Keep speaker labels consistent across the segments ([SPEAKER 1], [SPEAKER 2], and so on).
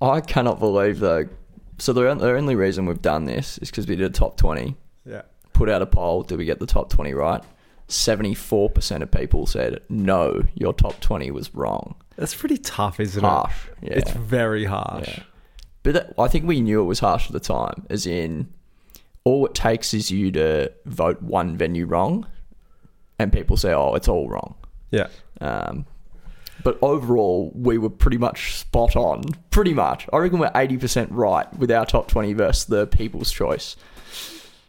[SPEAKER 1] I cannot believe though. So the, on- the only reason we've done this is because we did a top twenty,
[SPEAKER 2] Yeah.
[SPEAKER 1] put out a poll. Did we get the top twenty right? Seventy-four percent of people said no. Your top twenty was wrong.
[SPEAKER 2] That's pretty tough, isn't
[SPEAKER 1] Harsh.
[SPEAKER 2] it?
[SPEAKER 1] Yeah.
[SPEAKER 2] It's very harsh.
[SPEAKER 1] Yeah. But that, I think we knew it was harsh at the time. As in, all it takes is you to vote one venue wrong, and people say, "Oh, it's all wrong."
[SPEAKER 2] Yeah.
[SPEAKER 1] Um, but overall, we were pretty much spot on. Pretty much, I reckon we're eighty percent right with our top twenty versus the People's Choice.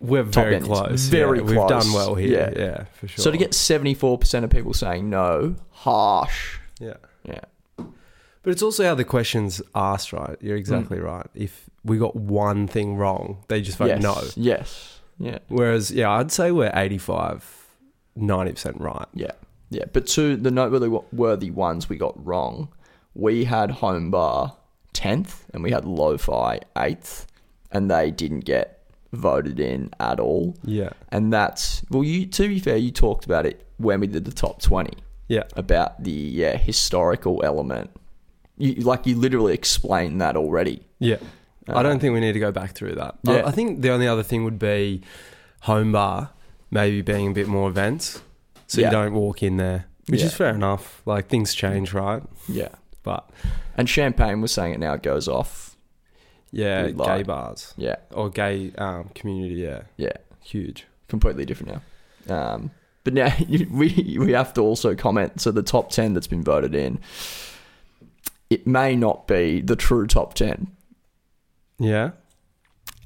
[SPEAKER 2] We're very
[SPEAKER 1] end.
[SPEAKER 2] close.
[SPEAKER 1] Very
[SPEAKER 2] yeah. We've
[SPEAKER 1] close.
[SPEAKER 2] done well here.
[SPEAKER 1] Yeah.
[SPEAKER 2] Yeah, for sure.
[SPEAKER 1] So to get seventy four percent of people saying no, harsh.
[SPEAKER 2] yeah.
[SPEAKER 1] Yeah,
[SPEAKER 2] But it's also how the questions asked, right? You're exactly right. If we got one thing wrong, they just vote
[SPEAKER 1] yes,
[SPEAKER 2] no.
[SPEAKER 1] yes, yeah,
[SPEAKER 2] Whereas, yeah, I'd say we're 85, 90% right.
[SPEAKER 1] yeah, yeah. But to the noteworthy worthy ones we got wrong, we had home bar tenth, and we had lo-fi eighth, and they didn't get voted in at all.
[SPEAKER 2] Yeah.
[SPEAKER 1] and that's well you to be fair you talked about it when we did the top 20
[SPEAKER 2] Yeah.
[SPEAKER 1] about the yeah, historical element you like you literally explained that already
[SPEAKER 2] Yeah. I don't think we need to go back through that. I-
[SPEAKER 1] Um, Yeah.
[SPEAKER 2] I think the only other thing would be home bar, maybe being a bit more events. So
[SPEAKER 1] Yeah.
[SPEAKER 2] you don't walk in there, which is
[SPEAKER 1] Yeah.
[SPEAKER 2] fair enough. Like things change, right?
[SPEAKER 1] yeah
[SPEAKER 2] But
[SPEAKER 1] and champagne was saying it now goes off
[SPEAKER 2] yeah,
[SPEAKER 1] We
[SPEAKER 2] gay
[SPEAKER 1] lied.
[SPEAKER 2] bars
[SPEAKER 1] yeah
[SPEAKER 2] or gay um, community, yeah,
[SPEAKER 1] yeah
[SPEAKER 2] huge.
[SPEAKER 1] completely different now um but now you- we we have to also comment so the top 10 that's been voted in it may not be the true top 10
[SPEAKER 2] Yeah.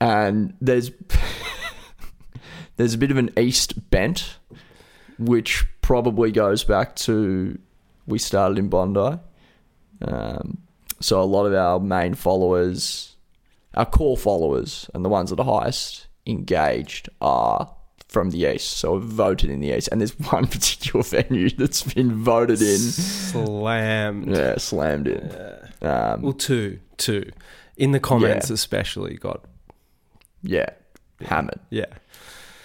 [SPEAKER 1] and there's there's a bit of an east bent, which probably goes back to we started in Bondi. Um, so a lot of our main followers, our core followers, and the ones that are highest engaged are from the east. So have voted in the east, and there's one particular venue that's been voted in.
[SPEAKER 2] Slammed.
[SPEAKER 1] Yeah, slammed in. Um,
[SPEAKER 2] Well, two, two. In the comments,
[SPEAKER 1] Yeah.
[SPEAKER 2] especially, got
[SPEAKER 1] yeah, hammered.
[SPEAKER 2] yeah,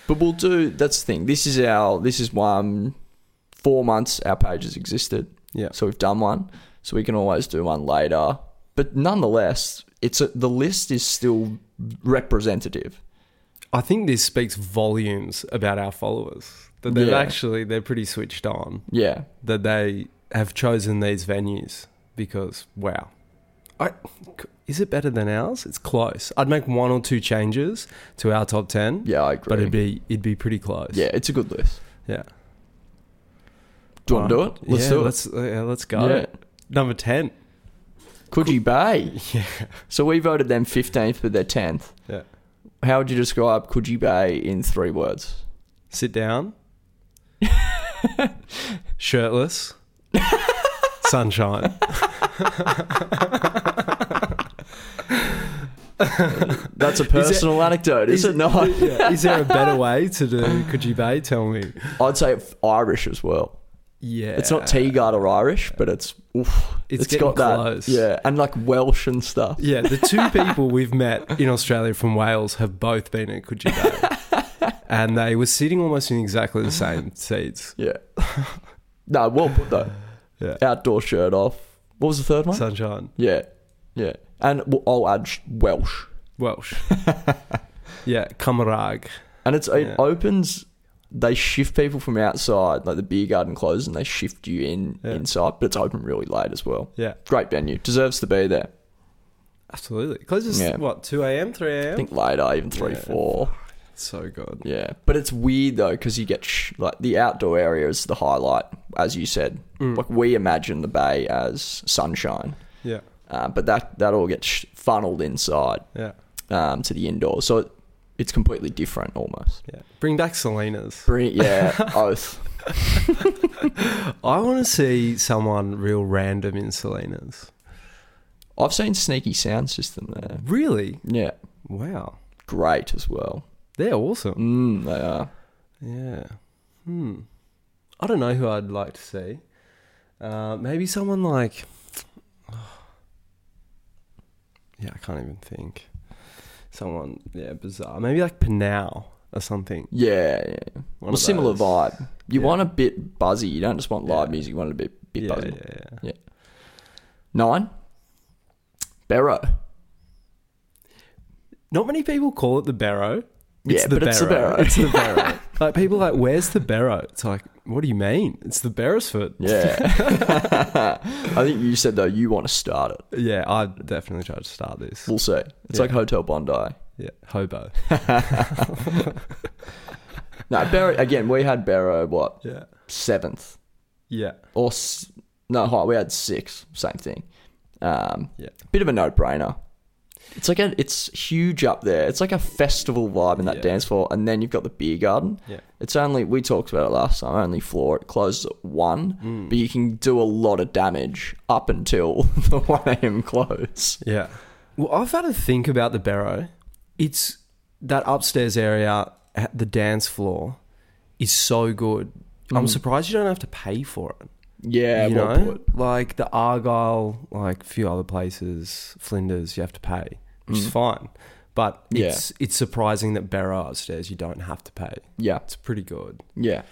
[SPEAKER 1] But we'll do. That's the thing. This is our. This is one. Four months our page has existed.
[SPEAKER 2] Yeah.
[SPEAKER 1] So we've done one. So we can always do one later. But nonetheless, it's a, the list is still representative.
[SPEAKER 2] I think this speaks volumes about our followers that they've
[SPEAKER 1] Yeah.
[SPEAKER 2] actually they're pretty switched on
[SPEAKER 1] Yeah.
[SPEAKER 2] that they have chosen these venues because wow, I is it better than ours? It's close. I'd make one or two changes to our top ten.
[SPEAKER 1] Yeah, I agree.
[SPEAKER 2] but it'd be it'd be pretty close.
[SPEAKER 1] yeah, it's a good list.
[SPEAKER 2] yeah.
[SPEAKER 1] Do you want to do it? Um, Let's
[SPEAKER 2] yeah,
[SPEAKER 1] do it.
[SPEAKER 2] Let's uh, yeah, let's go.
[SPEAKER 1] Yeah.
[SPEAKER 2] Number ten.
[SPEAKER 1] Coogee Bay. Yeah. So we voted them fifteenth, but they're tenth.
[SPEAKER 2] Yeah.
[SPEAKER 1] How would you describe Coogee Bay in three words?
[SPEAKER 2] Sit down. Shirtless. Sunshine.
[SPEAKER 1] That's a personal anecdote, is, it not?
[SPEAKER 2] Is there a better way to do Could you Bay? Tell me.
[SPEAKER 1] I'd say Irish as well.
[SPEAKER 2] Yeah.
[SPEAKER 1] It's not Teagard or Irish, but it's oof.
[SPEAKER 2] It's
[SPEAKER 1] it's got
[SPEAKER 2] getting
[SPEAKER 1] that.
[SPEAKER 2] close.
[SPEAKER 1] Yeah, and like Welsh and stuff.
[SPEAKER 2] Yeah, the two people we've met in Australia from Wales have both been at Coogee Bay. and they were sitting almost in exactly the same seats.
[SPEAKER 1] Yeah. no, well put though.
[SPEAKER 2] Yeah.
[SPEAKER 1] Outdoor shirt off. What was the third one?
[SPEAKER 2] Sunshine.
[SPEAKER 1] yeah. Yeah. And w I'll add sh- Welsh.
[SPEAKER 2] Welsh. yeah, Kamarag.
[SPEAKER 1] And it's it
[SPEAKER 2] Yeah.
[SPEAKER 1] opens. They shift people from outside, like the beer garden closes, and they shift you in
[SPEAKER 2] Yeah.
[SPEAKER 1] inside. But it's open really late as well.
[SPEAKER 2] Yeah,
[SPEAKER 1] Great venue, deserves to be there.
[SPEAKER 2] absolutely. Closes,
[SPEAKER 1] Yeah.
[SPEAKER 2] what, 2 a.m., 3
[SPEAKER 1] I
[SPEAKER 2] a.m.?
[SPEAKER 1] think later, even three,
[SPEAKER 2] Yeah.
[SPEAKER 1] four.
[SPEAKER 2] so good.
[SPEAKER 1] Yeah, but it's weird though because you get sh- like the outdoor area is the highlight, as you said.
[SPEAKER 2] Mm.
[SPEAKER 1] Like we imagine the bay as sunshine,
[SPEAKER 2] Yeah,
[SPEAKER 1] uh, but that that all gets sh- funneled inside
[SPEAKER 2] yeah,
[SPEAKER 1] um, to the indoor, so it, it's completely different almost.
[SPEAKER 2] yeah. Bring back Selena's.
[SPEAKER 1] Brilliant, yeah, oath.
[SPEAKER 2] I want to see someone real random in Selena's.
[SPEAKER 1] I've seen Sneaky Sound System there.
[SPEAKER 2] Really?
[SPEAKER 1] Yeah,
[SPEAKER 2] Wow.
[SPEAKER 1] great as well.
[SPEAKER 2] They're awesome.
[SPEAKER 1] Mm, they are.
[SPEAKER 2] Yeah. Hmm. I don't know who I'd like to see. Uh, maybe someone like. Yeah, I can't even think. Someone, yeah, bizarre. Maybe like Panau or something.
[SPEAKER 1] Yeah, yeah.
[SPEAKER 2] One
[SPEAKER 1] Well,
[SPEAKER 2] of
[SPEAKER 1] similar
[SPEAKER 2] those.
[SPEAKER 1] vibe. You
[SPEAKER 2] Yeah.
[SPEAKER 1] want a bit buzzy. You don't just want live
[SPEAKER 2] Yeah.
[SPEAKER 1] music. You want a bit bit
[SPEAKER 2] Yeah,
[SPEAKER 1] buzzy.
[SPEAKER 2] yeah, yeah.
[SPEAKER 1] Nine. Barrow.
[SPEAKER 2] Not many people call it the barrow.
[SPEAKER 1] Yeah, but it's the barrow.
[SPEAKER 2] It's the barrow. like people are like, where's the barrow? It's like, what do you mean? It's the Beresford.
[SPEAKER 1] Yeah. I think you said though you want to start it.
[SPEAKER 2] Yeah, I definitely tried to start this.
[SPEAKER 1] We'll see. It's
[SPEAKER 2] Yeah.
[SPEAKER 1] like Hotel Bondi.
[SPEAKER 2] Yeah, hobo.
[SPEAKER 1] No, Barrow again. We had Barrow what
[SPEAKER 2] Yeah,
[SPEAKER 1] seventh
[SPEAKER 2] yeah,
[SPEAKER 1] or s- no? hi- We had six. Same thing. Um,
[SPEAKER 2] yeah.
[SPEAKER 1] bit of a no-brainer. It's like a, it's huge up there. It's like a festival vibe in that
[SPEAKER 2] Yeah.
[SPEAKER 1] dance floor, and then you've got the beer garden.
[SPEAKER 2] Yeah.
[SPEAKER 1] It's only we talked about it last time. Only floor it closes at one,
[SPEAKER 2] Mm.
[SPEAKER 1] but you can do a lot of damage up until the one a.m. close.
[SPEAKER 2] Yeah. Well, I've had to think about the barrow. It's that upstairs area at the dance floor is so good. I'm surprised you don't have to pay for it.
[SPEAKER 1] Mm. Yeah,
[SPEAKER 2] you
[SPEAKER 1] well
[SPEAKER 2] know,
[SPEAKER 1] put.
[SPEAKER 2] like the Argyle, like a few other places, Flinders, you have to pay, which is fine. But
[SPEAKER 1] Mm. Yeah.
[SPEAKER 2] it's it's surprising that Barrow upstairs you don't have to pay.
[SPEAKER 1] Yeah,
[SPEAKER 2] It's pretty good.
[SPEAKER 1] yeah.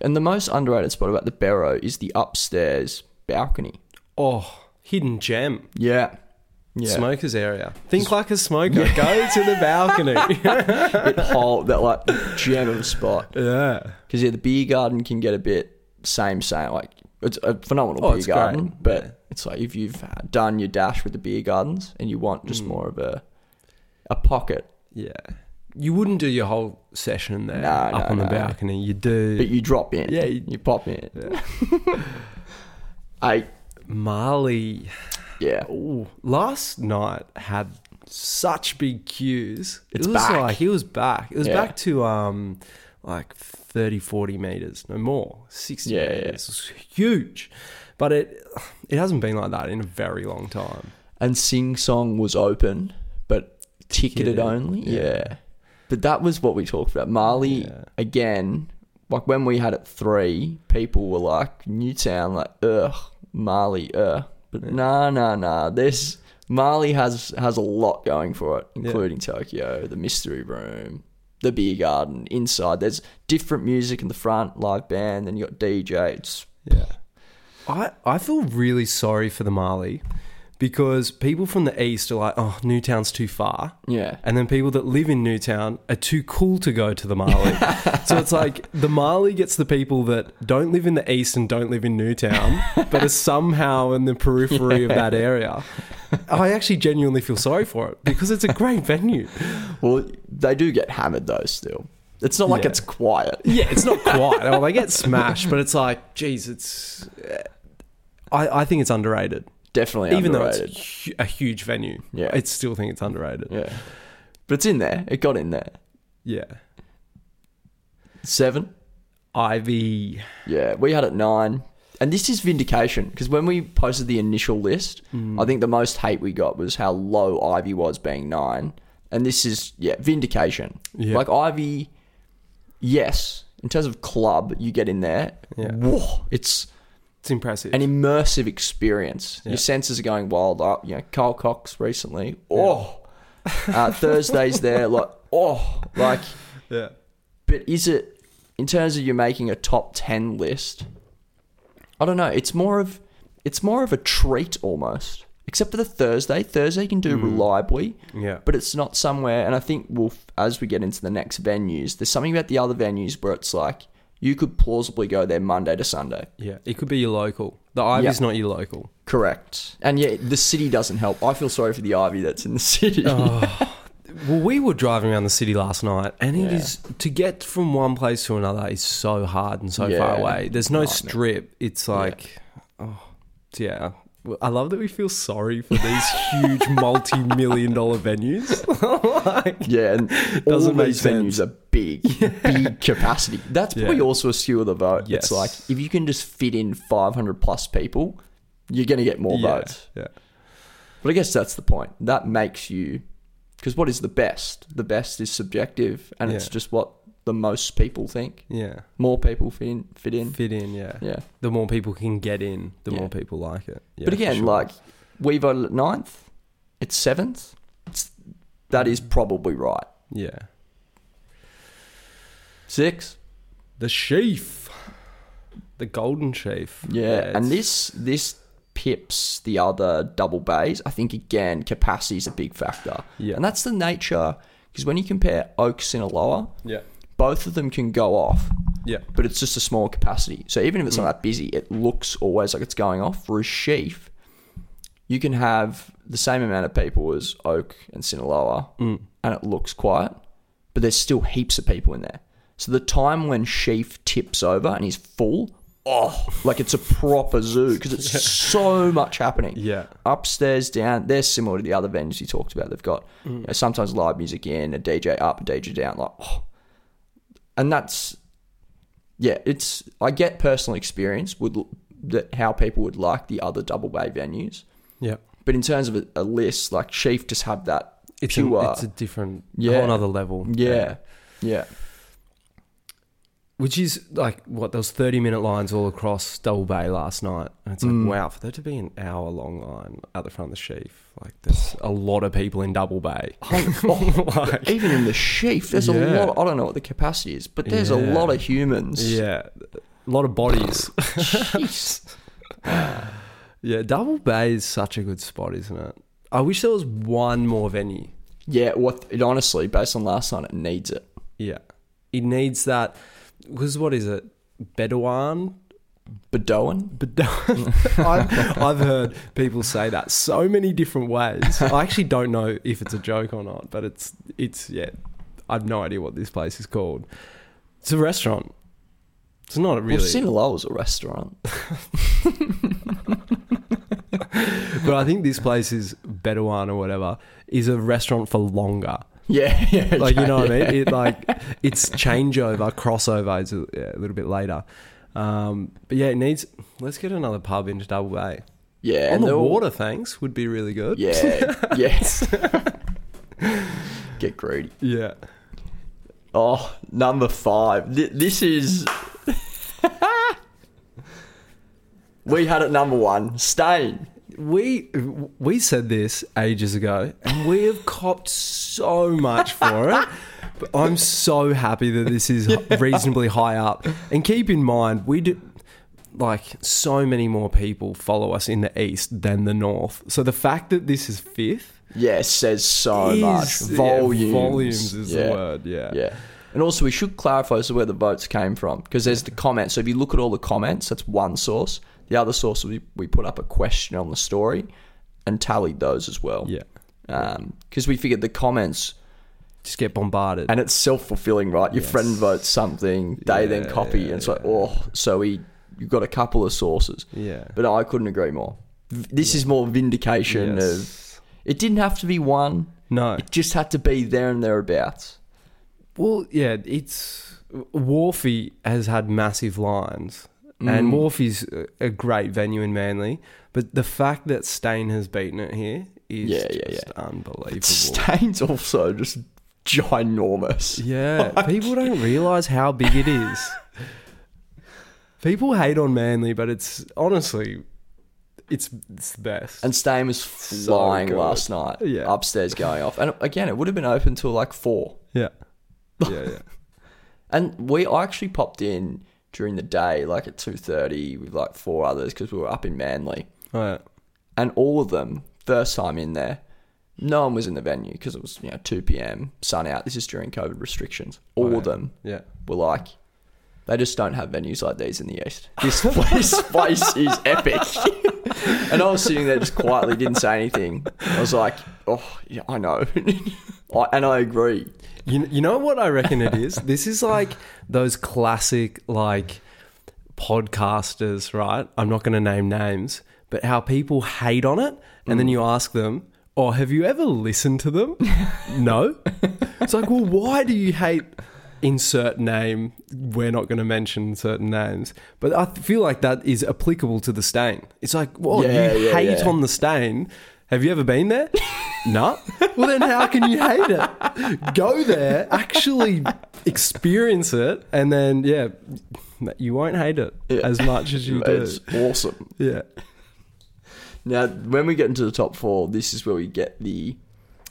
[SPEAKER 1] And the most underrated spot about the Barrow is the upstairs balcony.
[SPEAKER 2] Oh, hidden gem,
[SPEAKER 1] Yeah, yeah.
[SPEAKER 2] smokers area. Think like a smoker. Go to the balcony.
[SPEAKER 1] It whole that like gem of a spot.
[SPEAKER 2] yeah.
[SPEAKER 1] Because yeah, the beer garden can get a bit same same. Like it's a phenomenal
[SPEAKER 2] Oh,
[SPEAKER 1] beer
[SPEAKER 2] it's great,
[SPEAKER 1] garden, but
[SPEAKER 2] yeah.
[SPEAKER 1] it's like if you've done your dash with the beer gardens and you want
[SPEAKER 2] Mm.
[SPEAKER 1] just more of a a pocket,
[SPEAKER 2] Yeah. You wouldn't do your whole session there
[SPEAKER 1] No,
[SPEAKER 2] up
[SPEAKER 1] no,
[SPEAKER 2] on
[SPEAKER 1] no.
[SPEAKER 2] the balcony. You do
[SPEAKER 1] but you drop in,
[SPEAKER 2] Yeah,
[SPEAKER 1] you,
[SPEAKER 2] you-
[SPEAKER 1] pop in. Eight,
[SPEAKER 2] Marley.
[SPEAKER 1] yeah,
[SPEAKER 2] Ooh, last night had such big queues.
[SPEAKER 1] It's
[SPEAKER 2] it was
[SPEAKER 1] back.
[SPEAKER 2] like he was back. It was
[SPEAKER 1] Yeah.
[SPEAKER 2] back to um like 30 40 meters, no more. 60
[SPEAKER 1] Yeah, yeah.
[SPEAKER 2] meters. It was huge. But it it hasn't been like that in a very long time.
[SPEAKER 1] and Sing Song was open, but ticketed
[SPEAKER 2] Ticketed,
[SPEAKER 1] only. Yeah.
[SPEAKER 2] yeah.
[SPEAKER 1] but that was what we talked about. Marley
[SPEAKER 2] Yeah.
[SPEAKER 1] again, like when we had it three, people were like Newtown, like ugh, Marley, ugh. But nah, nah, nah. This Marley has has a lot going for it, including Tokyo, the Mystery Room. The beer garden inside. There's different music in the front, live band, then you got DJ. It's
[SPEAKER 2] Yeah. I, I feel really sorry for the Mali because people from the east are like, oh, Newtown's too far.
[SPEAKER 1] Yeah.
[SPEAKER 2] And then people that live in Newtown are too cool to go to the Mali. so it's like the Mali gets the people that don't live in the east and don't live in Newtown, but are somehow in the periphery of that area. I actually genuinely feel sorry for it because it's a great venue.
[SPEAKER 1] well, they do get hammered though. Still, it's not like
[SPEAKER 2] Yeah.
[SPEAKER 1] it's quiet.
[SPEAKER 2] Yeah, it's not quite. well, they get smashed, but it's like, geez, it's. I, I think it's underrated.
[SPEAKER 1] Definitely
[SPEAKER 2] even
[SPEAKER 1] underrated.
[SPEAKER 2] though it's hu- a huge venue,
[SPEAKER 1] Yeah.
[SPEAKER 2] I still think it's underrated.
[SPEAKER 1] Yeah. But it's in there. It got in there.
[SPEAKER 2] Yeah,
[SPEAKER 1] Seven.
[SPEAKER 2] Ivy.
[SPEAKER 1] Yeah. We had it nine. And this is vindication because when we posted the initial list,
[SPEAKER 2] Mm.
[SPEAKER 1] I think the most hate we got was how low Ivy was being nine. And this is, yeah, vindication.
[SPEAKER 2] Yeah.
[SPEAKER 1] Like Ivy, yes, in terms of club you get in there,
[SPEAKER 2] Yeah.
[SPEAKER 1] whoa, it's
[SPEAKER 2] It's impressive.
[SPEAKER 1] an immersive experience.
[SPEAKER 2] Yeah.
[SPEAKER 1] Your senses are going wild up. You know, Carl Cox recently. Oh, uh, Thursdays there, like oh, like.
[SPEAKER 2] yeah.
[SPEAKER 1] But is it in terms of you making a top ten list? I don't know. It's more of it's more of a treat almost, except for the Thursday. Thursday you can do reliably,
[SPEAKER 2] Mm. Yeah.
[SPEAKER 1] but it's not somewhere. And I think we'll as we get into the next venues, there's something about the other venues where it's like you could plausibly go there Monday to Sunday.
[SPEAKER 2] Yeah. It could be your local. The Ivy's
[SPEAKER 1] Yeah.
[SPEAKER 2] not your local.
[SPEAKER 1] Correct. And yeah, the city doesn't help. I feel sorry for the Ivy that's in the city.
[SPEAKER 2] Oh. Well, we were driving around the city last night, and it is to get from one place to another is so hard and so far
[SPEAKER 1] Yeah.
[SPEAKER 2] away. There's no strip. It's like, oh, yeah. Well, I love that we feel sorry for these huge multi-million dollar venues.
[SPEAKER 1] Yeah, and all
[SPEAKER 2] Doesn't
[SPEAKER 1] of
[SPEAKER 2] make
[SPEAKER 1] these
[SPEAKER 2] sense.
[SPEAKER 1] venues are big, big capacity. That's probably
[SPEAKER 2] Yeah.
[SPEAKER 1] also a skew of the vote.
[SPEAKER 2] Yes.
[SPEAKER 1] It's like if you can just fit in 500 plus people, you're going to get more
[SPEAKER 2] yeah,
[SPEAKER 1] votes.
[SPEAKER 2] yeah.
[SPEAKER 1] But I guess that's the point. That makes you, because what is the best? The best is subjective, and it's
[SPEAKER 2] Yeah.
[SPEAKER 1] just what the most people think.
[SPEAKER 2] Yeah.
[SPEAKER 1] More people fit in. Fit in.
[SPEAKER 2] Fit in, yeah.
[SPEAKER 1] Yeah.
[SPEAKER 2] The more people can get in, the
[SPEAKER 1] Yeah.
[SPEAKER 2] more people like it. Yeah,
[SPEAKER 1] but
[SPEAKER 2] for
[SPEAKER 1] again,
[SPEAKER 2] sure.
[SPEAKER 1] like we voted at ninth, it's seventh. It's, that is probably right.
[SPEAKER 2] yeah,
[SPEAKER 1] Six.
[SPEAKER 2] the sheaf, the golden sheaf.
[SPEAKER 1] Yeah, and
[SPEAKER 2] it's-
[SPEAKER 1] this this pips the other double bays. I think again capacity is a big factor.
[SPEAKER 2] Yeah.
[SPEAKER 1] and that's the nature because when you compare Oak Sinaloa,
[SPEAKER 2] Yeah,
[SPEAKER 1] both of them can go off,
[SPEAKER 2] yeah,
[SPEAKER 1] but it's just a small capacity. So even if it's not that busy, it looks always like it's going off. For a sheaf, you can have the same amount of people as Oak and Sinaloa, and it looks quiet, but there's still heaps of people in there. So the time when Sheaf tips over and he's full, oh, like it's a proper zoo because it's so much happening.
[SPEAKER 2] Yeah.
[SPEAKER 1] Upstairs, down, they're similar to the other venues you talked about. They've got
[SPEAKER 2] Mm.
[SPEAKER 1] you know, sometimes live music in, a DJ up, a DJ down, like, oh. And that's, yeah, it's, I get personal experience with l- that how people would like the other double bay venues.
[SPEAKER 2] yeah.
[SPEAKER 1] But in terms of a, a list, like Sheaf just have that
[SPEAKER 2] It's
[SPEAKER 1] pure.
[SPEAKER 2] a, it's a different,
[SPEAKER 1] uh, Yeah.
[SPEAKER 2] whole another level.
[SPEAKER 1] yeah. Yeah.
[SPEAKER 2] which is like what those thirty minute lines all across Double Bay last night, and it's like
[SPEAKER 1] Mm.
[SPEAKER 2] wow, for there to be an hour long line at the front of the sheaf, like there's a lot of people in Double Bay.
[SPEAKER 1] oh,
[SPEAKER 2] Like-
[SPEAKER 1] Even in the sheaf, there's a
[SPEAKER 2] Yeah.
[SPEAKER 1] lot. I don't know what the capacity is, but there's a
[SPEAKER 2] Yeah.
[SPEAKER 1] lot of humans.
[SPEAKER 2] Yeah, a lot of bodies.
[SPEAKER 1] Jeez.
[SPEAKER 2] yeah, Double Bay is such a good spot, isn't it? I wish there was one more venue.
[SPEAKER 1] yeah. What? It honestly, based on last night, it needs it.
[SPEAKER 2] Yeah, it needs that. Because what is it, Bedouin?
[SPEAKER 1] Bedoan.
[SPEAKER 2] Bedouin. I've, I've heard people say that so many different ways. I actually don't know if it's a joke or not, but it's it's yeah. I've no idea what this place is called. It's a restaurant. It's not a
[SPEAKER 1] Really?
[SPEAKER 2] really.
[SPEAKER 1] Well, Sinaloa's a restaurant.
[SPEAKER 2] but I think this place is Bedouin or whatever is a restaurant for longer.
[SPEAKER 1] Yeah, yeah.
[SPEAKER 2] like you
[SPEAKER 1] yeah,
[SPEAKER 2] know what I
[SPEAKER 1] yeah.
[SPEAKER 2] mean? It like it's changeover, crossover. It's a, yeah, a little bit later, um, but yeah, it needs. Let's get another pub into Double Bay
[SPEAKER 1] Yeah,
[SPEAKER 2] on the
[SPEAKER 1] they're all-
[SPEAKER 2] water. Thanks, would be really good.
[SPEAKER 1] Yeah, yes. Get greedy.
[SPEAKER 2] yeah.
[SPEAKER 1] Oh, number five. Th- this is. we had it number one. Stain.
[SPEAKER 2] We we said this ages ago, and we have copped so much for it. But I'm so happy that this is reasonably high up. And keep in mind, we do like so many more people follow us in the east than the north. So the fact that this is fifth
[SPEAKER 1] Yeah, says so much.
[SPEAKER 2] Is- yeah,
[SPEAKER 1] Volumes.
[SPEAKER 2] volumes is the word, yeah.
[SPEAKER 1] Yeah. And also, we should clarify as to where the votes came from because there's the comments. So if you look at all the comments, that's one source. The other source, we, we put up a question on the story and tallied those as well.
[SPEAKER 2] Yeah.
[SPEAKER 1] Because we figured the comments,
[SPEAKER 2] just get bombarded.
[SPEAKER 1] and it's self fulfilling, right? Your friend votes something, they then
[SPEAKER 2] Yeah,
[SPEAKER 1] copy, and it's like, oh, so we you've got a couple of sources.
[SPEAKER 2] Yeah.
[SPEAKER 1] But I couldn't agree more. V- This is more vindication of.
[SPEAKER 2] Yes.
[SPEAKER 1] It didn't have to be one.
[SPEAKER 2] No.
[SPEAKER 1] It just had to be there and thereabouts.
[SPEAKER 2] Well, yeah, it's Wharfie has had massive lines,
[SPEAKER 1] Mm.
[SPEAKER 2] and Wharfie's a- a great venue in Manly, but the fact that Stain has beaten it here is
[SPEAKER 1] Yeah, yeah,
[SPEAKER 2] just unbelievable.
[SPEAKER 1] Stain's also just ginormous.
[SPEAKER 2] Yeah, people don't realize how big it is. people hate on Manly, but it's honestly, it's it's the best.
[SPEAKER 1] And Stame was flying
[SPEAKER 2] good.
[SPEAKER 1] last night.
[SPEAKER 2] Yeah.
[SPEAKER 1] Upstairs going off. And again, it would have been open till like four.
[SPEAKER 2] yeah, yeah, yeah.
[SPEAKER 1] And we I actually popped in during the day, like at two thirty, with like four others because we were up in Manly,
[SPEAKER 2] All right.
[SPEAKER 1] and all of them first time in there. No one was in the venue because it was you know two p.m. sun out. This is during COVID restrictions. All of them
[SPEAKER 2] Oh, Yeah.
[SPEAKER 1] were like, they just don't have venues like these in the east. This place, place is epic. and I was sitting there just quietly, didn't say anything. I was like, oh yeah, I know, I, and I agree.
[SPEAKER 2] You, you know what I reckon it is? This is like those classic, like, podcasters, right? I'm not going to name names, but how people hate on it. And
[SPEAKER 1] Mm.
[SPEAKER 2] then you ask them, Oh, have you ever listened to them? no. It's like, Well, why do you hate insert name? We're not going to mention certain names. But I feel like that is applicable to the stain. It's like, Well,
[SPEAKER 1] Yeah,
[SPEAKER 2] you
[SPEAKER 1] yeah,
[SPEAKER 2] hate
[SPEAKER 1] yeah.
[SPEAKER 2] on the stain. Have you ever been there? no. Well, then how can you hate it? Go there, actually experience it, and then, yeah, you won't hate it as much as you do.
[SPEAKER 1] It's awesome.
[SPEAKER 2] Yeah.
[SPEAKER 1] Now, when we get into the top four, this is where we get the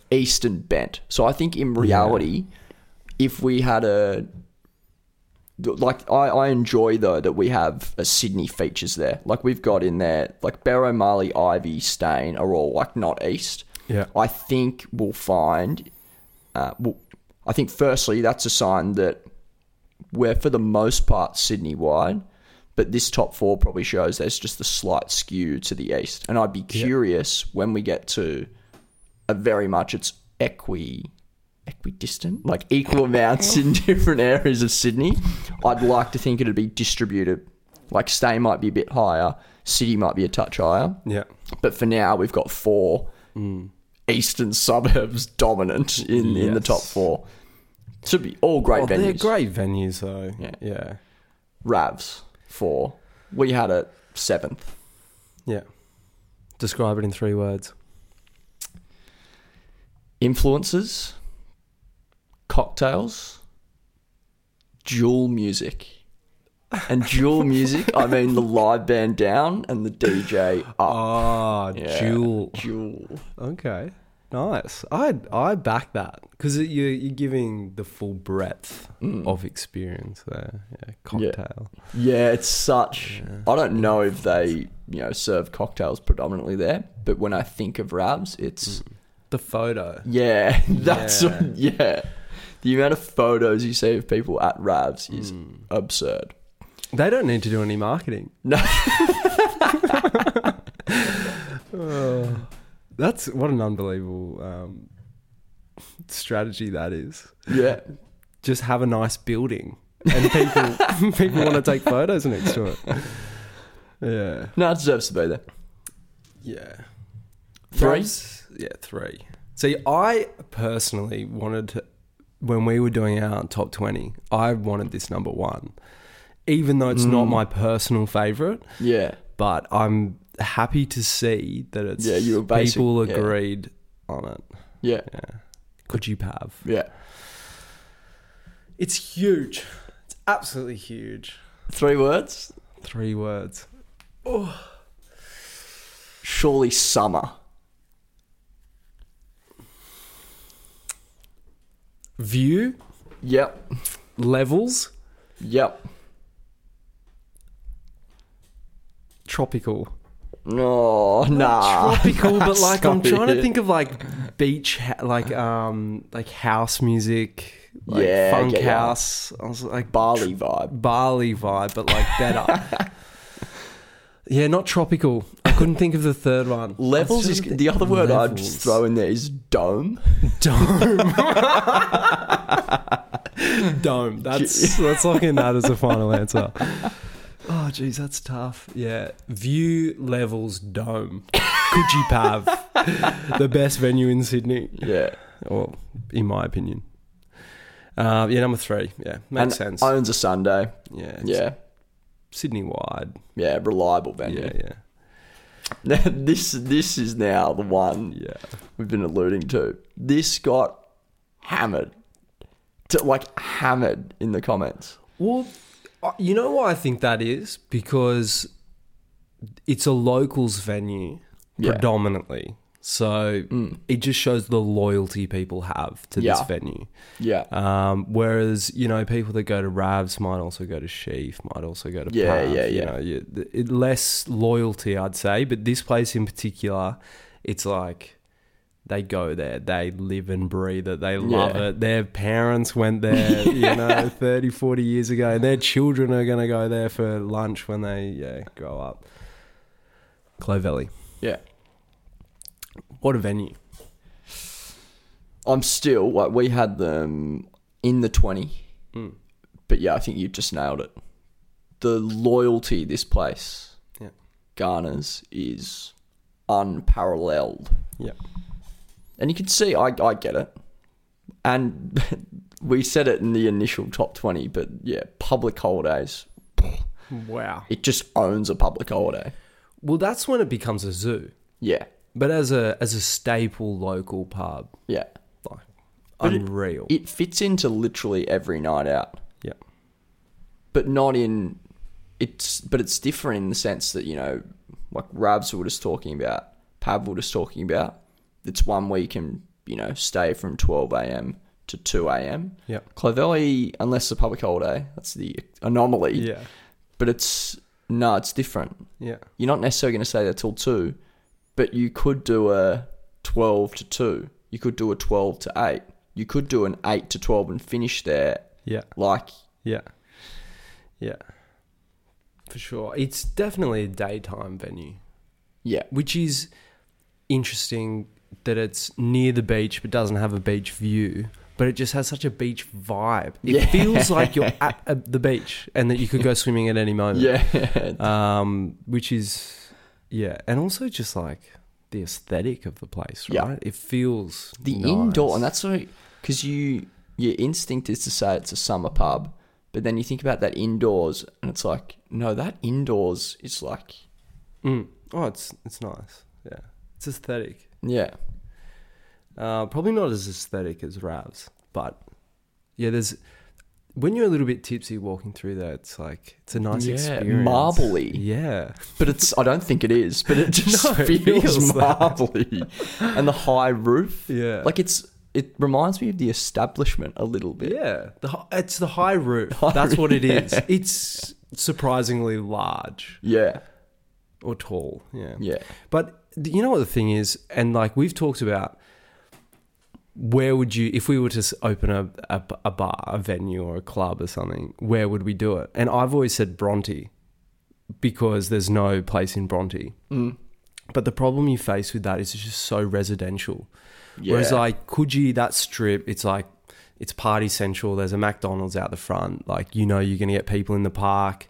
[SPEAKER 1] Eastern bent. So I think in reality, if we had a like I, I enjoy though that we have a Sydney features there. Like we've got in there like Barrow, Marley, Ivy, Stain are all like not East.
[SPEAKER 2] Yeah.
[SPEAKER 1] I think we'll find uh, well I think firstly that's a sign that we're for the most part Sydney wide, but this top four probably shows there's just a slight skew to the east. And I'd be curious when we get to a very much it's equi equidistant, like equal amounts in different areas of Sydney. I'd like to think it'd be distributed. Like stay might be a bit higher, city might be a touch higher,
[SPEAKER 2] Yeah.
[SPEAKER 1] but for now we've got four
[SPEAKER 2] Mm.
[SPEAKER 1] eastern suburbs dominant in in the
[SPEAKER 2] Yes.
[SPEAKER 1] top four. Should be all great
[SPEAKER 2] Oh, they're
[SPEAKER 1] venues.
[SPEAKER 2] great venues, though.
[SPEAKER 1] Yeah.
[SPEAKER 2] Yeah.
[SPEAKER 1] Ravs four. We had it seventh.
[SPEAKER 2] Yeah. Describe it in three words.
[SPEAKER 1] Influences, cocktails, dual music. And dual music, I mean the live band down and the DJ up.
[SPEAKER 2] Ah,
[SPEAKER 1] Yeah,
[SPEAKER 2] Jewel.
[SPEAKER 1] Dual.
[SPEAKER 2] Okay. Nice. I I back that because you you're giving the full breadth
[SPEAKER 1] Mm.
[SPEAKER 2] of experience there. Yeah, cocktail.
[SPEAKER 1] Yeah, it's such. I don't know if they, you know, serve cocktails predominantly there, but when I think of Ravs, it's
[SPEAKER 2] The photo.
[SPEAKER 1] yeah, that's yeah. The amount of photos you see of people at Ravs is absurd.
[SPEAKER 2] They don't need to do any marketing.
[SPEAKER 1] No.
[SPEAKER 2] Oh, that's what an unbelievable um, strategy that is.
[SPEAKER 1] Yeah.
[SPEAKER 2] Just have a nice building, and people people want to take photos next to it. Yeah,
[SPEAKER 1] No, it deserves to be there.
[SPEAKER 2] yeah.
[SPEAKER 1] Three?
[SPEAKER 2] Ravs- yeah, three. See, I personally wanted to, when we were doing our top 20, I wanted this number one, even though it's not my personal favorite,
[SPEAKER 1] Yeah.
[SPEAKER 2] but I'm happy to see that it's
[SPEAKER 1] Yeah, you were basic-
[SPEAKER 2] people
[SPEAKER 1] yeah.
[SPEAKER 2] agreed on it.
[SPEAKER 1] Yeah.
[SPEAKER 2] Could you have?
[SPEAKER 1] Yeah.
[SPEAKER 2] It's huge. It's absolutely huge.
[SPEAKER 1] Three words?
[SPEAKER 2] Three words.
[SPEAKER 1] Surely summer.
[SPEAKER 2] View,
[SPEAKER 1] Yep.
[SPEAKER 2] levels,
[SPEAKER 1] Yep.
[SPEAKER 2] tropical.
[SPEAKER 1] No, Oh, nah.
[SPEAKER 2] tropical, but like I'm
[SPEAKER 1] Ah. Sorry.
[SPEAKER 2] trying to think of like beach, ha- like um, like house music, like
[SPEAKER 1] Yeah,
[SPEAKER 2] funk
[SPEAKER 1] get ya.
[SPEAKER 2] house. I was like
[SPEAKER 1] Barley vibe.
[SPEAKER 2] Bali vibe, but like better. yeah, not tropical. I couldn't think of the third one.
[SPEAKER 1] Levels
[SPEAKER 2] I
[SPEAKER 1] is
[SPEAKER 2] was trying to
[SPEAKER 1] the
[SPEAKER 2] think-
[SPEAKER 1] other word I'd
[SPEAKER 2] Levels.
[SPEAKER 1] just throw in there is dome.
[SPEAKER 2] Dome. Dome. That's let's lock in that as a final answer. Oh geez, that's tough. Yeah. View levels dome. Coogee Pav. the best venue in Sydney.
[SPEAKER 1] Yeah.
[SPEAKER 2] Well, in my opinion. Uh, yeah, number three. Yeah.
[SPEAKER 1] And
[SPEAKER 2] Makes sense.
[SPEAKER 1] Owns a Sunday.
[SPEAKER 2] yeah.
[SPEAKER 1] Yeah.
[SPEAKER 2] Sydney wide.
[SPEAKER 1] Yeah. Reliable
[SPEAKER 2] Yeah,
[SPEAKER 1] venue.
[SPEAKER 2] yeah.
[SPEAKER 1] this this is now the one
[SPEAKER 2] Yeah.
[SPEAKER 1] we've been alluding to. This got hammered. to, like hammered in the comments.
[SPEAKER 2] Well, I- you know why I think that is because it's a locals venue
[SPEAKER 1] Yeah.
[SPEAKER 2] predominantly. So it just shows the loyalty people have to
[SPEAKER 1] Yeah.
[SPEAKER 2] this venue.
[SPEAKER 1] Yeah.
[SPEAKER 2] Um, whereas you know people that go to Ravs might also go to Sheaf, might also go to
[SPEAKER 1] Yeah,
[SPEAKER 2] Pav,
[SPEAKER 1] yeah,
[SPEAKER 2] You
[SPEAKER 1] yeah.
[SPEAKER 2] know, you, th- it, less loyalty, I'd say. But this place in particular, it's like they go there, they live and breathe it, they love
[SPEAKER 1] Yeah.
[SPEAKER 2] it. Their parents went there, you know, 30, 40 years ago, and their children are gonna go there for lunch when they yeah grow up. Clovelly,
[SPEAKER 1] yeah.
[SPEAKER 2] what a venue!
[SPEAKER 1] I'm still like we had them in the twenty,
[SPEAKER 2] Hmm.
[SPEAKER 1] but yeah, I think you just nailed it. The loyalty this place
[SPEAKER 2] Yeah,
[SPEAKER 1] garners is unparalleled,
[SPEAKER 2] yeah,
[SPEAKER 1] and you can see I I get it, and we said it in the initial top twenty, but yeah, public holidays,
[SPEAKER 2] wow.
[SPEAKER 1] it just owns a public holiday.
[SPEAKER 2] Well, that's when it becomes a zoo.
[SPEAKER 1] Yeah,
[SPEAKER 2] But as a as a staple local pub,
[SPEAKER 1] yeah,
[SPEAKER 2] like
[SPEAKER 1] But it-
[SPEAKER 2] unreal.
[SPEAKER 1] it fits into literally every night out.
[SPEAKER 2] yeah.
[SPEAKER 1] but not in it's but it's different in the sense that you know like Rabs were just talking about Pav were just talking about it's one where you can you know stay from 12 a.m to 2 a.m
[SPEAKER 2] Yep.
[SPEAKER 1] Clovelly unless the public holiday that's the anomaly
[SPEAKER 2] Yeah.
[SPEAKER 1] but it's no it's different
[SPEAKER 2] Yeah.
[SPEAKER 1] you're not necessarily going to stay there till 2 but you could do a 12 to 2 you could do a 12 to 8 you could do an 8 to 12 and finish there
[SPEAKER 2] Yeah.
[SPEAKER 1] like
[SPEAKER 2] Yeah. Yeah. For sure. It's definitely a daytime venue,
[SPEAKER 1] yeah
[SPEAKER 2] which is interesting that it's near the beach but doesn't have a beach view, but it just has such a beach vibe. It
[SPEAKER 1] Yeah.
[SPEAKER 2] feels like you're at uh, the beach and that you could go swimming at any moment.
[SPEAKER 1] yeah
[SPEAKER 2] um, which is yeah, and also just like the aesthetic of the place,
[SPEAKER 1] Yeah.
[SPEAKER 2] right? It feels
[SPEAKER 1] The
[SPEAKER 2] nice.
[SPEAKER 1] indoor, and that's what because you your instinct is to say it's a summer pub, but then you think about that indoors, and it's like no, that indoors is like
[SPEAKER 2] Mm. oh, it's it's nice, yeah, it's aesthetic.
[SPEAKER 1] yeah,
[SPEAKER 2] Uh, probably not as aesthetic as Rav's, but yeah, there's when you're a little bit tipsy walking through there, it's like it's a nice
[SPEAKER 1] Yeah,
[SPEAKER 2] experience,
[SPEAKER 1] marbly.
[SPEAKER 2] yeah,
[SPEAKER 1] but it's I don't think it is, but it just
[SPEAKER 2] No, it
[SPEAKER 1] feels,
[SPEAKER 2] feels that.
[SPEAKER 1] marbly, and the high roof,
[SPEAKER 2] Yeah.
[SPEAKER 1] like it's it reminds me of the establishment a little bit.
[SPEAKER 2] yeah. The, hi- it's the high roof.
[SPEAKER 1] High
[SPEAKER 2] That's
[SPEAKER 1] roof,
[SPEAKER 2] what it is.
[SPEAKER 1] yeah.
[SPEAKER 2] It's surprisingly large
[SPEAKER 1] yeah,
[SPEAKER 2] or tall. Yeah,
[SPEAKER 1] yeah,
[SPEAKER 2] But th- you know what the thing is, and like we've talked about, where would you, if we were to s- open a, a, a bar, a venue, or a club or something, where would we do it? And I've always said Bronte because there's no place in Bronte. But the problem you face with that is it's just so residential. Whereas
[SPEAKER 1] Yeah.
[SPEAKER 2] like Coogee, that strip, it's like it's party central. There's a McDonald's out the front. Like you know you're gonna get people in the park,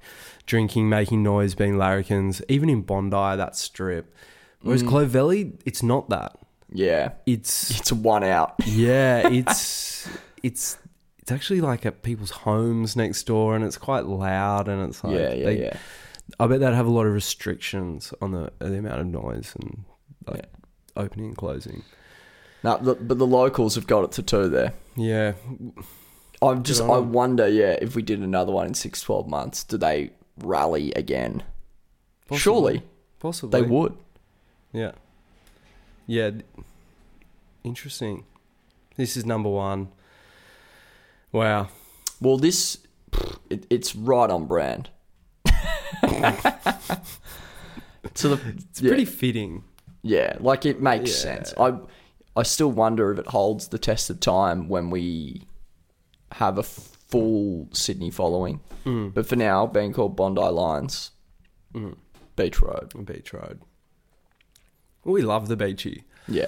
[SPEAKER 2] drinking, making noise, being larrikins. Even in Bondi, that strip. Whereas
[SPEAKER 1] Mm.
[SPEAKER 2] Clovelly, it's not that.
[SPEAKER 1] yeah.
[SPEAKER 2] It's
[SPEAKER 1] It's one out.
[SPEAKER 2] yeah, it's it's it's actually like at people's homes next door, and it's quite loud, and it's like
[SPEAKER 1] yeah, yeah,
[SPEAKER 2] they-
[SPEAKER 1] yeah.
[SPEAKER 2] I bet they'd have a lot of restrictions on the, uh, the amount of noise and like opening and closing.
[SPEAKER 1] No, the- but the locals have got it to two there.
[SPEAKER 2] Yeah,
[SPEAKER 1] I'm just I wonder, yeah, if we did another one in six, 12 months, do they rally again? Surely
[SPEAKER 2] possibly
[SPEAKER 1] they would.
[SPEAKER 2] Yeah, yeah. th- Interesting. This is number one. Wow.
[SPEAKER 1] Well, this it, it's right on brand. so the
[SPEAKER 2] It's
[SPEAKER 1] yeah,
[SPEAKER 2] pretty fitting.
[SPEAKER 1] yeah, like it makes sense. I I still wonder if it holds the test of time when we have a full Sydney following. But for now, being called Bondi Lines, Beach Road.
[SPEAKER 2] Beach Road. We love the beachy.
[SPEAKER 1] Yeah.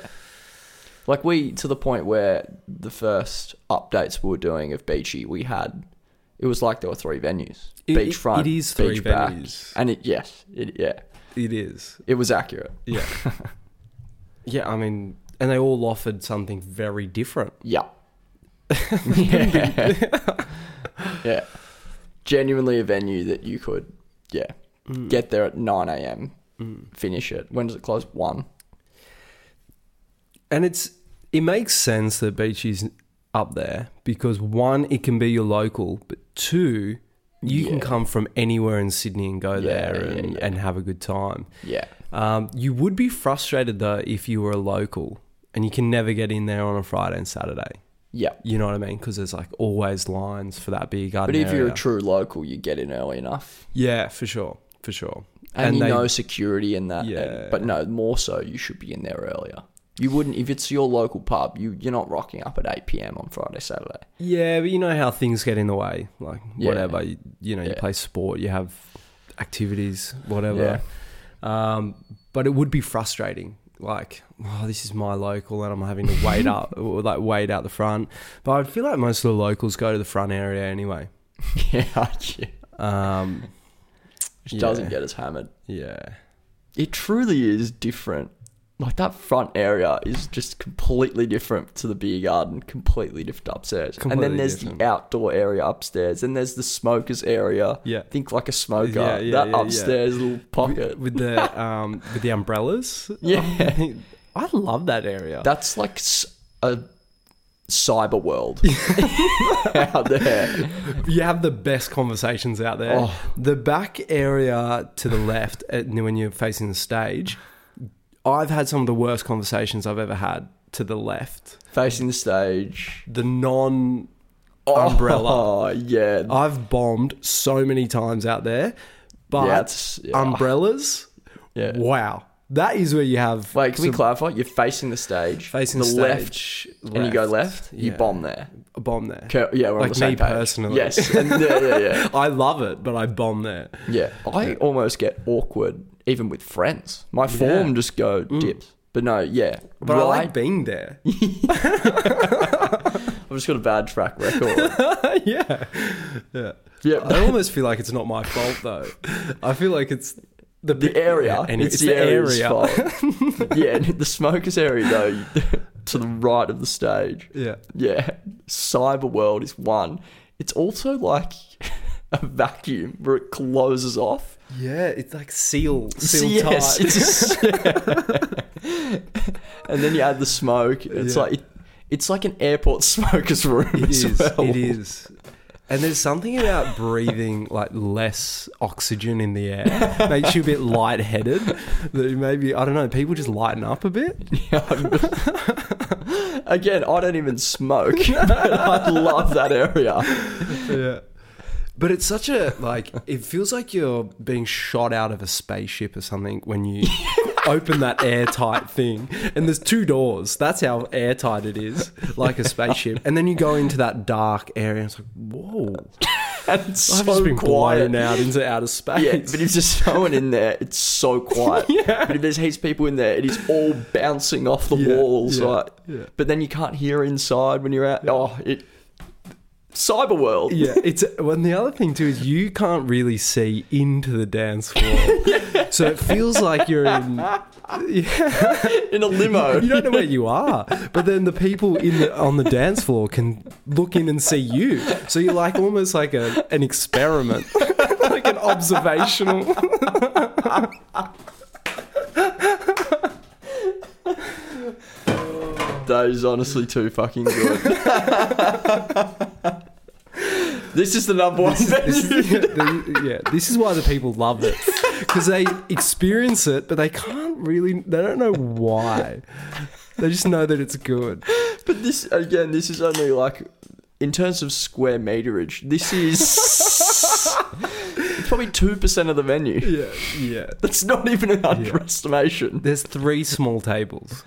[SPEAKER 1] Like we to the point where the first updates we were doing of Beachy, we had it was like there were three venues.
[SPEAKER 2] It- it-
[SPEAKER 1] Beachfront,
[SPEAKER 2] it is three
[SPEAKER 1] beach back,
[SPEAKER 2] venues.
[SPEAKER 1] and it yes, it yeah,
[SPEAKER 2] It is.
[SPEAKER 1] it was accurate.
[SPEAKER 2] Yeah. yeah, I mean, and they all offered something very different.
[SPEAKER 1] Yeah. yeah. yeah. Genuinely a venue that you could yeah
[SPEAKER 2] Mm.
[SPEAKER 1] get there at nine a.m. Finish it. When does it close? One.
[SPEAKER 2] And it's it makes sense that Beachy's up there because one, it can be your local, but two, you can
[SPEAKER 1] Yeah.
[SPEAKER 2] come from anywhere in Sydney and go
[SPEAKER 1] Yeah,
[SPEAKER 2] there
[SPEAKER 1] yeah,
[SPEAKER 2] and,
[SPEAKER 1] yeah.
[SPEAKER 2] and have a good time.
[SPEAKER 1] Yeah.
[SPEAKER 2] Um, you would be frustrated though if you were a local and you can never get in there on a Friday and Saturday.
[SPEAKER 1] Yeah.
[SPEAKER 2] You know what I mean? Because there's like always lines for that big garden.
[SPEAKER 1] But if you're
[SPEAKER 2] area.
[SPEAKER 1] a true local, you get in early enough.
[SPEAKER 2] yeah, for sure, for sure.
[SPEAKER 1] and, you
[SPEAKER 2] they-
[SPEAKER 1] know security and that. and-
[SPEAKER 2] Yeah.
[SPEAKER 1] but no, more so, you should be in there earlier. You wouldn't if it's your local pub. You you're not rocking up at eight pm on Friday, Saturday.
[SPEAKER 2] Yeah, but you know how things get in the way. Like
[SPEAKER 1] Yeah.
[SPEAKER 2] whatever, you, you know, you
[SPEAKER 1] Yeah.
[SPEAKER 2] play sport, you have activities,
[SPEAKER 1] Yeah.
[SPEAKER 2] whatever. Um, but it would be frustrating. Like, oh, this is my local, and I'm having to wait up, or like wait out the front. But I feel like most of the locals go to the front area anyway.
[SPEAKER 1] yeah, yeah.
[SPEAKER 2] Um,
[SPEAKER 1] Which
[SPEAKER 2] Yeah.
[SPEAKER 1] doesn't get us hammered.
[SPEAKER 2] yeah,
[SPEAKER 1] It truly is different. Like that front area is just completely different to the beer garden, completely different upstairs. and then
[SPEAKER 2] Completely
[SPEAKER 1] there's
[SPEAKER 2] different.
[SPEAKER 1] the outdoor area upstairs, and there's the smokers area.
[SPEAKER 2] Yeah.
[SPEAKER 1] think like a smoker.
[SPEAKER 2] Yeah, yeah,
[SPEAKER 1] that
[SPEAKER 2] yeah, yeah.
[SPEAKER 1] upstairs little pocket.
[SPEAKER 2] with the um, with the umbrellas.
[SPEAKER 1] yeah,
[SPEAKER 2] I love that area.
[SPEAKER 1] That's like s- a cyber world out there.
[SPEAKER 2] you have the best conversations out there.
[SPEAKER 1] Oh.
[SPEAKER 2] The back area to the left, at, when you're facing the stage, I've had some of the worst conversations I've ever had to the left.
[SPEAKER 1] Facing the stage.
[SPEAKER 2] The non umbrella.
[SPEAKER 1] Oh, yeah.
[SPEAKER 2] I've bombed so many times out there, but
[SPEAKER 1] Yeah, it's- yeah.
[SPEAKER 2] umbrellas,
[SPEAKER 1] Yeah.
[SPEAKER 2] wow. That is where you have.
[SPEAKER 1] Wait, can we
[SPEAKER 2] some-
[SPEAKER 1] clarify? You're facing the stage.
[SPEAKER 2] Facing
[SPEAKER 1] the
[SPEAKER 2] the
[SPEAKER 1] left.
[SPEAKER 2] stage,
[SPEAKER 1] When you go
[SPEAKER 2] left,
[SPEAKER 1] left, you
[SPEAKER 2] yeah.
[SPEAKER 1] bomb there.
[SPEAKER 2] a bomb there?
[SPEAKER 1] Okay, yeah, we're on
[SPEAKER 2] like
[SPEAKER 1] the same
[SPEAKER 2] me
[SPEAKER 1] page.
[SPEAKER 2] personally.
[SPEAKER 1] Yes. and- yeah, yeah, yeah.
[SPEAKER 2] I love it, but I bomb there.
[SPEAKER 1] Yeah. I almost get awkward even with friends. My form just go dips. But no, yeah.
[SPEAKER 2] Mm. But I
[SPEAKER 1] right.
[SPEAKER 2] like being there.
[SPEAKER 1] I've just got a bad track record.
[SPEAKER 2] yeah. Yeah.
[SPEAKER 1] yeah.
[SPEAKER 2] I almost feel like it's not my fault though. I feel like it's the,
[SPEAKER 1] the area.
[SPEAKER 2] and
[SPEAKER 1] it's, the, area's fault. yeah, and the smokers area though, to the right of the stage.
[SPEAKER 2] Yeah.
[SPEAKER 1] Yeah, cyber world is one. It's also like a vacuum where it closes off.
[SPEAKER 2] Yeah, it's like seal, seal
[SPEAKER 1] Yes,
[SPEAKER 2] tight.
[SPEAKER 1] it's and then you add the smoke. It's
[SPEAKER 2] Yeah.
[SPEAKER 1] like it, it's like an airport smoker's room.
[SPEAKER 2] It
[SPEAKER 1] as
[SPEAKER 2] is.
[SPEAKER 1] well.
[SPEAKER 2] It is. And there's something about breathing like less oxygen in the air makes you a bit lightheaded. That maybe I don't know. People just lighten up a bit.
[SPEAKER 1] Again, I don't even smoke, but I love that area.
[SPEAKER 2] yeah. But it's such a like it feels like you're being shot out of a spaceship or something when you open that airtight thing. And there's two doors. That's how airtight it is, like a spaceship. And then you go into that dark area and it's like, whoa.
[SPEAKER 1] And it's so
[SPEAKER 2] I've just been
[SPEAKER 1] quiet.
[SPEAKER 2] blown out into outer space.
[SPEAKER 1] Yeah, but if there's someone in there, it's so quiet. But if there's heaps of people in there, it is all bouncing off the
[SPEAKER 2] Yeah,
[SPEAKER 1] walls,
[SPEAKER 2] yeah,
[SPEAKER 1] right?
[SPEAKER 2] yeah.
[SPEAKER 1] But then you can't hear inside when you're out. Oh, it. Cyber world.
[SPEAKER 2] Yeah, it's well. And the other thing too is you can't really see into the dance floor, so it feels like you're in
[SPEAKER 1] In a limo.
[SPEAKER 2] You don't know where you are, but then the people in the, on the dance floor can look in and see you. So you're like almost like a, an experiment, like an observational.
[SPEAKER 1] That is honestly too fucking good. this is the number one
[SPEAKER 2] This
[SPEAKER 1] venue.
[SPEAKER 2] is, the- yeah, this is why the people love it because they experience it, but they can't really. They don't know why. They just know that it's good.
[SPEAKER 1] But this, again, this is only like. In terms of square meterage, this is. it's probably 2% of the venue.
[SPEAKER 2] Yeah, yeah.
[SPEAKER 1] That's not even an underestimation.
[SPEAKER 2] There's three small tables.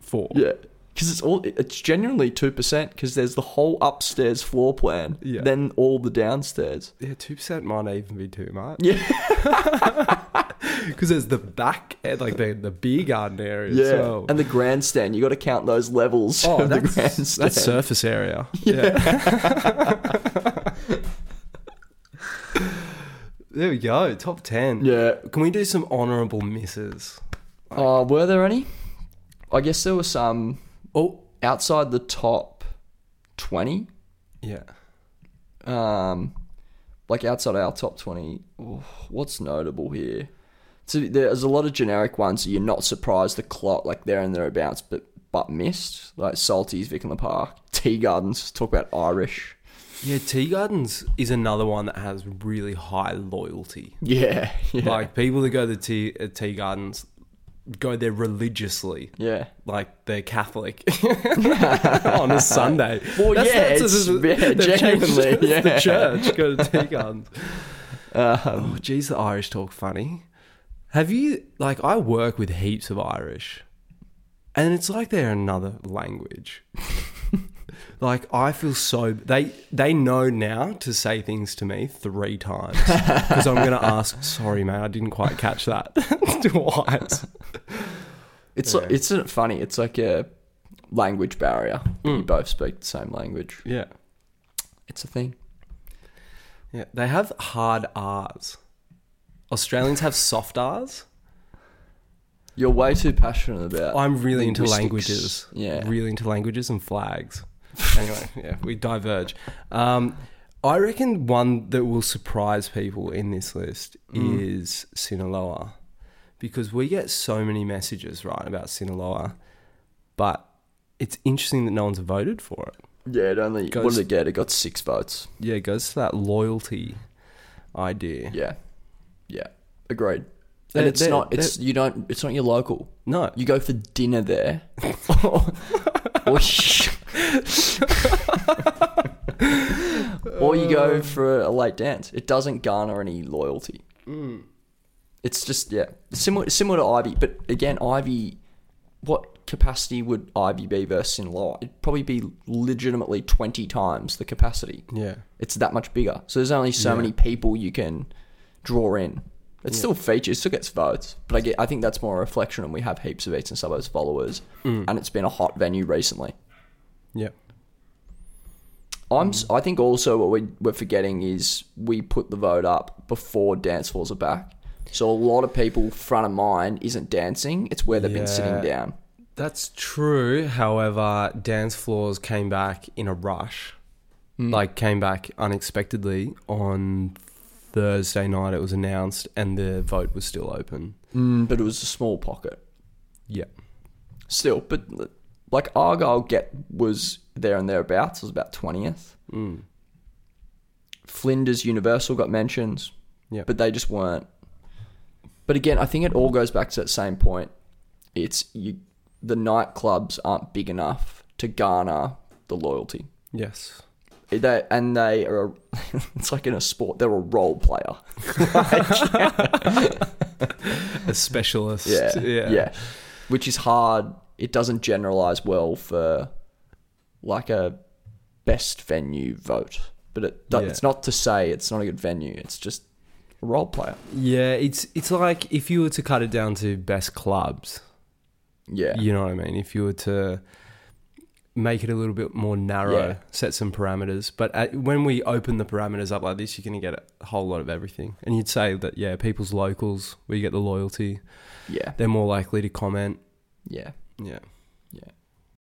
[SPEAKER 2] Four.
[SPEAKER 1] Yeah. Because it's all it's genuinely 2% because there's the whole upstairs floor plan,
[SPEAKER 2] Yeah.
[SPEAKER 1] then all the downstairs.
[SPEAKER 2] Yeah, two percent might even be too much.
[SPEAKER 1] Yeah.
[SPEAKER 2] because there's the back, eh, like the the beer garden area
[SPEAKER 1] Yeah.
[SPEAKER 2] as well.
[SPEAKER 1] And the grandstand, you got to count those levels
[SPEAKER 2] oh,
[SPEAKER 1] of the
[SPEAKER 2] that's,
[SPEAKER 1] grandstand.
[SPEAKER 2] that's surface area. Yeah. there we go. Top ten.
[SPEAKER 1] Yeah.
[SPEAKER 2] Can we do some honourable misses?
[SPEAKER 1] Uh, were there any? I guess there were some
[SPEAKER 2] Oh,
[SPEAKER 1] outside the top 20.
[SPEAKER 2] yeah.
[SPEAKER 1] Um, like outside our top 20. oh, what's notable here? So there's a lot of generic ones that you're not surprised the clock, like there and thereabouts, but but missed, like Salties, Vic in the Park, Tea Gardens, talk about Irish.
[SPEAKER 2] Yeah, Tea Gardens is another one that has really high loyalty.
[SPEAKER 1] Yeah, yeah,
[SPEAKER 2] Like people that go to tea, uh, tea Gardens go there religiously.
[SPEAKER 1] yeah.
[SPEAKER 2] Like they're Catholic on a Sunday.
[SPEAKER 1] Well, yeah, it's- yeah,
[SPEAKER 2] they've changed
[SPEAKER 1] genuinely,
[SPEAKER 2] it. It's
[SPEAKER 1] yeah. Um,
[SPEAKER 2] the church. Go to Tea Gardens. oh, geez, the Irish talk funny. Have you like I work with heaps of Irish, and it's like they're another language. like I feel so they they know now to say things to me three times because I'm gonna ask. Sorry, mate, I didn't quite catch that twice.
[SPEAKER 1] It's like, it's not funny. It's like a language barrier.
[SPEAKER 2] Hmm.
[SPEAKER 1] You both speak the same language.
[SPEAKER 2] Yeah,
[SPEAKER 1] It's a thing.
[SPEAKER 2] yeah. They have hard R's. Australians have soft R's.
[SPEAKER 1] You're way too passionate about.
[SPEAKER 2] I'm really into
[SPEAKER 1] linguistics.
[SPEAKER 2] languages.
[SPEAKER 1] Yeah.
[SPEAKER 2] Really into languages and flags. anyway, yeah, we diverge. Um, I reckon one that will surprise people in this list
[SPEAKER 1] Mm.
[SPEAKER 2] is Sinaloa because we get so many messages, right, about Sinaloa, but it's interesting that no one's voted for it.
[SPEAKER 1] yeah, it only. What
[SPEAKER 2] Goes-
[SPEAKER 1] did it get? It got six votes.
[SPEAKER 2] Yeah, it goes to that loyalty idea.
[SPEAKER 1] Yeah, yeah, agreed. and
[SPEAKER 2] They're-
[SPEAKER 1] it's
[SPEAKER 2] they're-
[SPEAKER 1] not. It's you don't. It's not your local.
[SPEAKER 2] No.
[SPEAKER 1] You go for dinner there. or, sh- or you go for a late dance. It doesn't garner any loyalty.
[SPEAKER 2] Mm.
[SPEAKER 1] It's just yeah, similar similar to Ivy, but again, Ivy. What capacity would Ivy be versus Sinaloa? It'd probably be legitimately twenty times the capacity.
[SPEAKER 2] yeah.
[SPEAKER 1] It's that much bigger. So there's only so many people you can draw in. It still features, still gets votes, but I get. I think that's more a reflection, and we have heaps of Eats and Suburbs followers, and it's been a hot venue recently.
[SPEAKER 2] Yeah.
[SPEAKER 1] I'm. s I think also what we, we're forgetting is we put the vote up before dance floors are back. So a lot of people front of mind isn't dancing; it's where they've been sitting
[SPEAKER 2] Yeah.
[SPEAKER 1] down.
[SPEAKER 2] That's true. However, dance floors came back in a rush. Like came back unexpectedly on Thursday night. It was announced, and the vote was still open.
[SPEAKER 1] But it was a small pocket
[SPEAKER 2] Yeah,
[SPEAKER 1] still. But like Argyle get was there and thereabouts. It was about twentieth. Flinders Universal got mentions,
[SPEAKER 2] Yeah.
[SPEAKER 1] but they just weren't. But again, I think it all goes back to that same point. It's you, the nightclubs aren't big enough to garner the loyalty.
[SPEAKER 2] Yes.
[SPEAKER 1] They and they are. it's like in a sport, they're a role player.
[SPEAKER 2] A specialist.
[SPEAKER 1] Yeah, yeah, Which is hard. It doesn't generalize well for like a best venue vote, but it do-
[SPEAKER 2] Yeah.
[SPEAKER 1] it's not to say it's not a good venue. It's just a role player.
[SPEAKER 2] Yeah, It's it's like if you were to cut it down to best clubs.
[SPEAKER 1] Yeah,
[SPEAKER 2] You know what I mean? If you were to make it a little bit more narrow,
[SPEAKER 1] Yeah.
[SPEAKER 2] set some parameters. But at, when we open the parameters up like this, you're going to get a whole lot of everything. And you'd say that, yeah, people's locals, where you get the loyalty,
[SPEAKER 1] yeah,
[SPEAKER 2] they're more likely to comment.
[SPEAKER 1] yeah.
[SPEAKER 2] Yeah.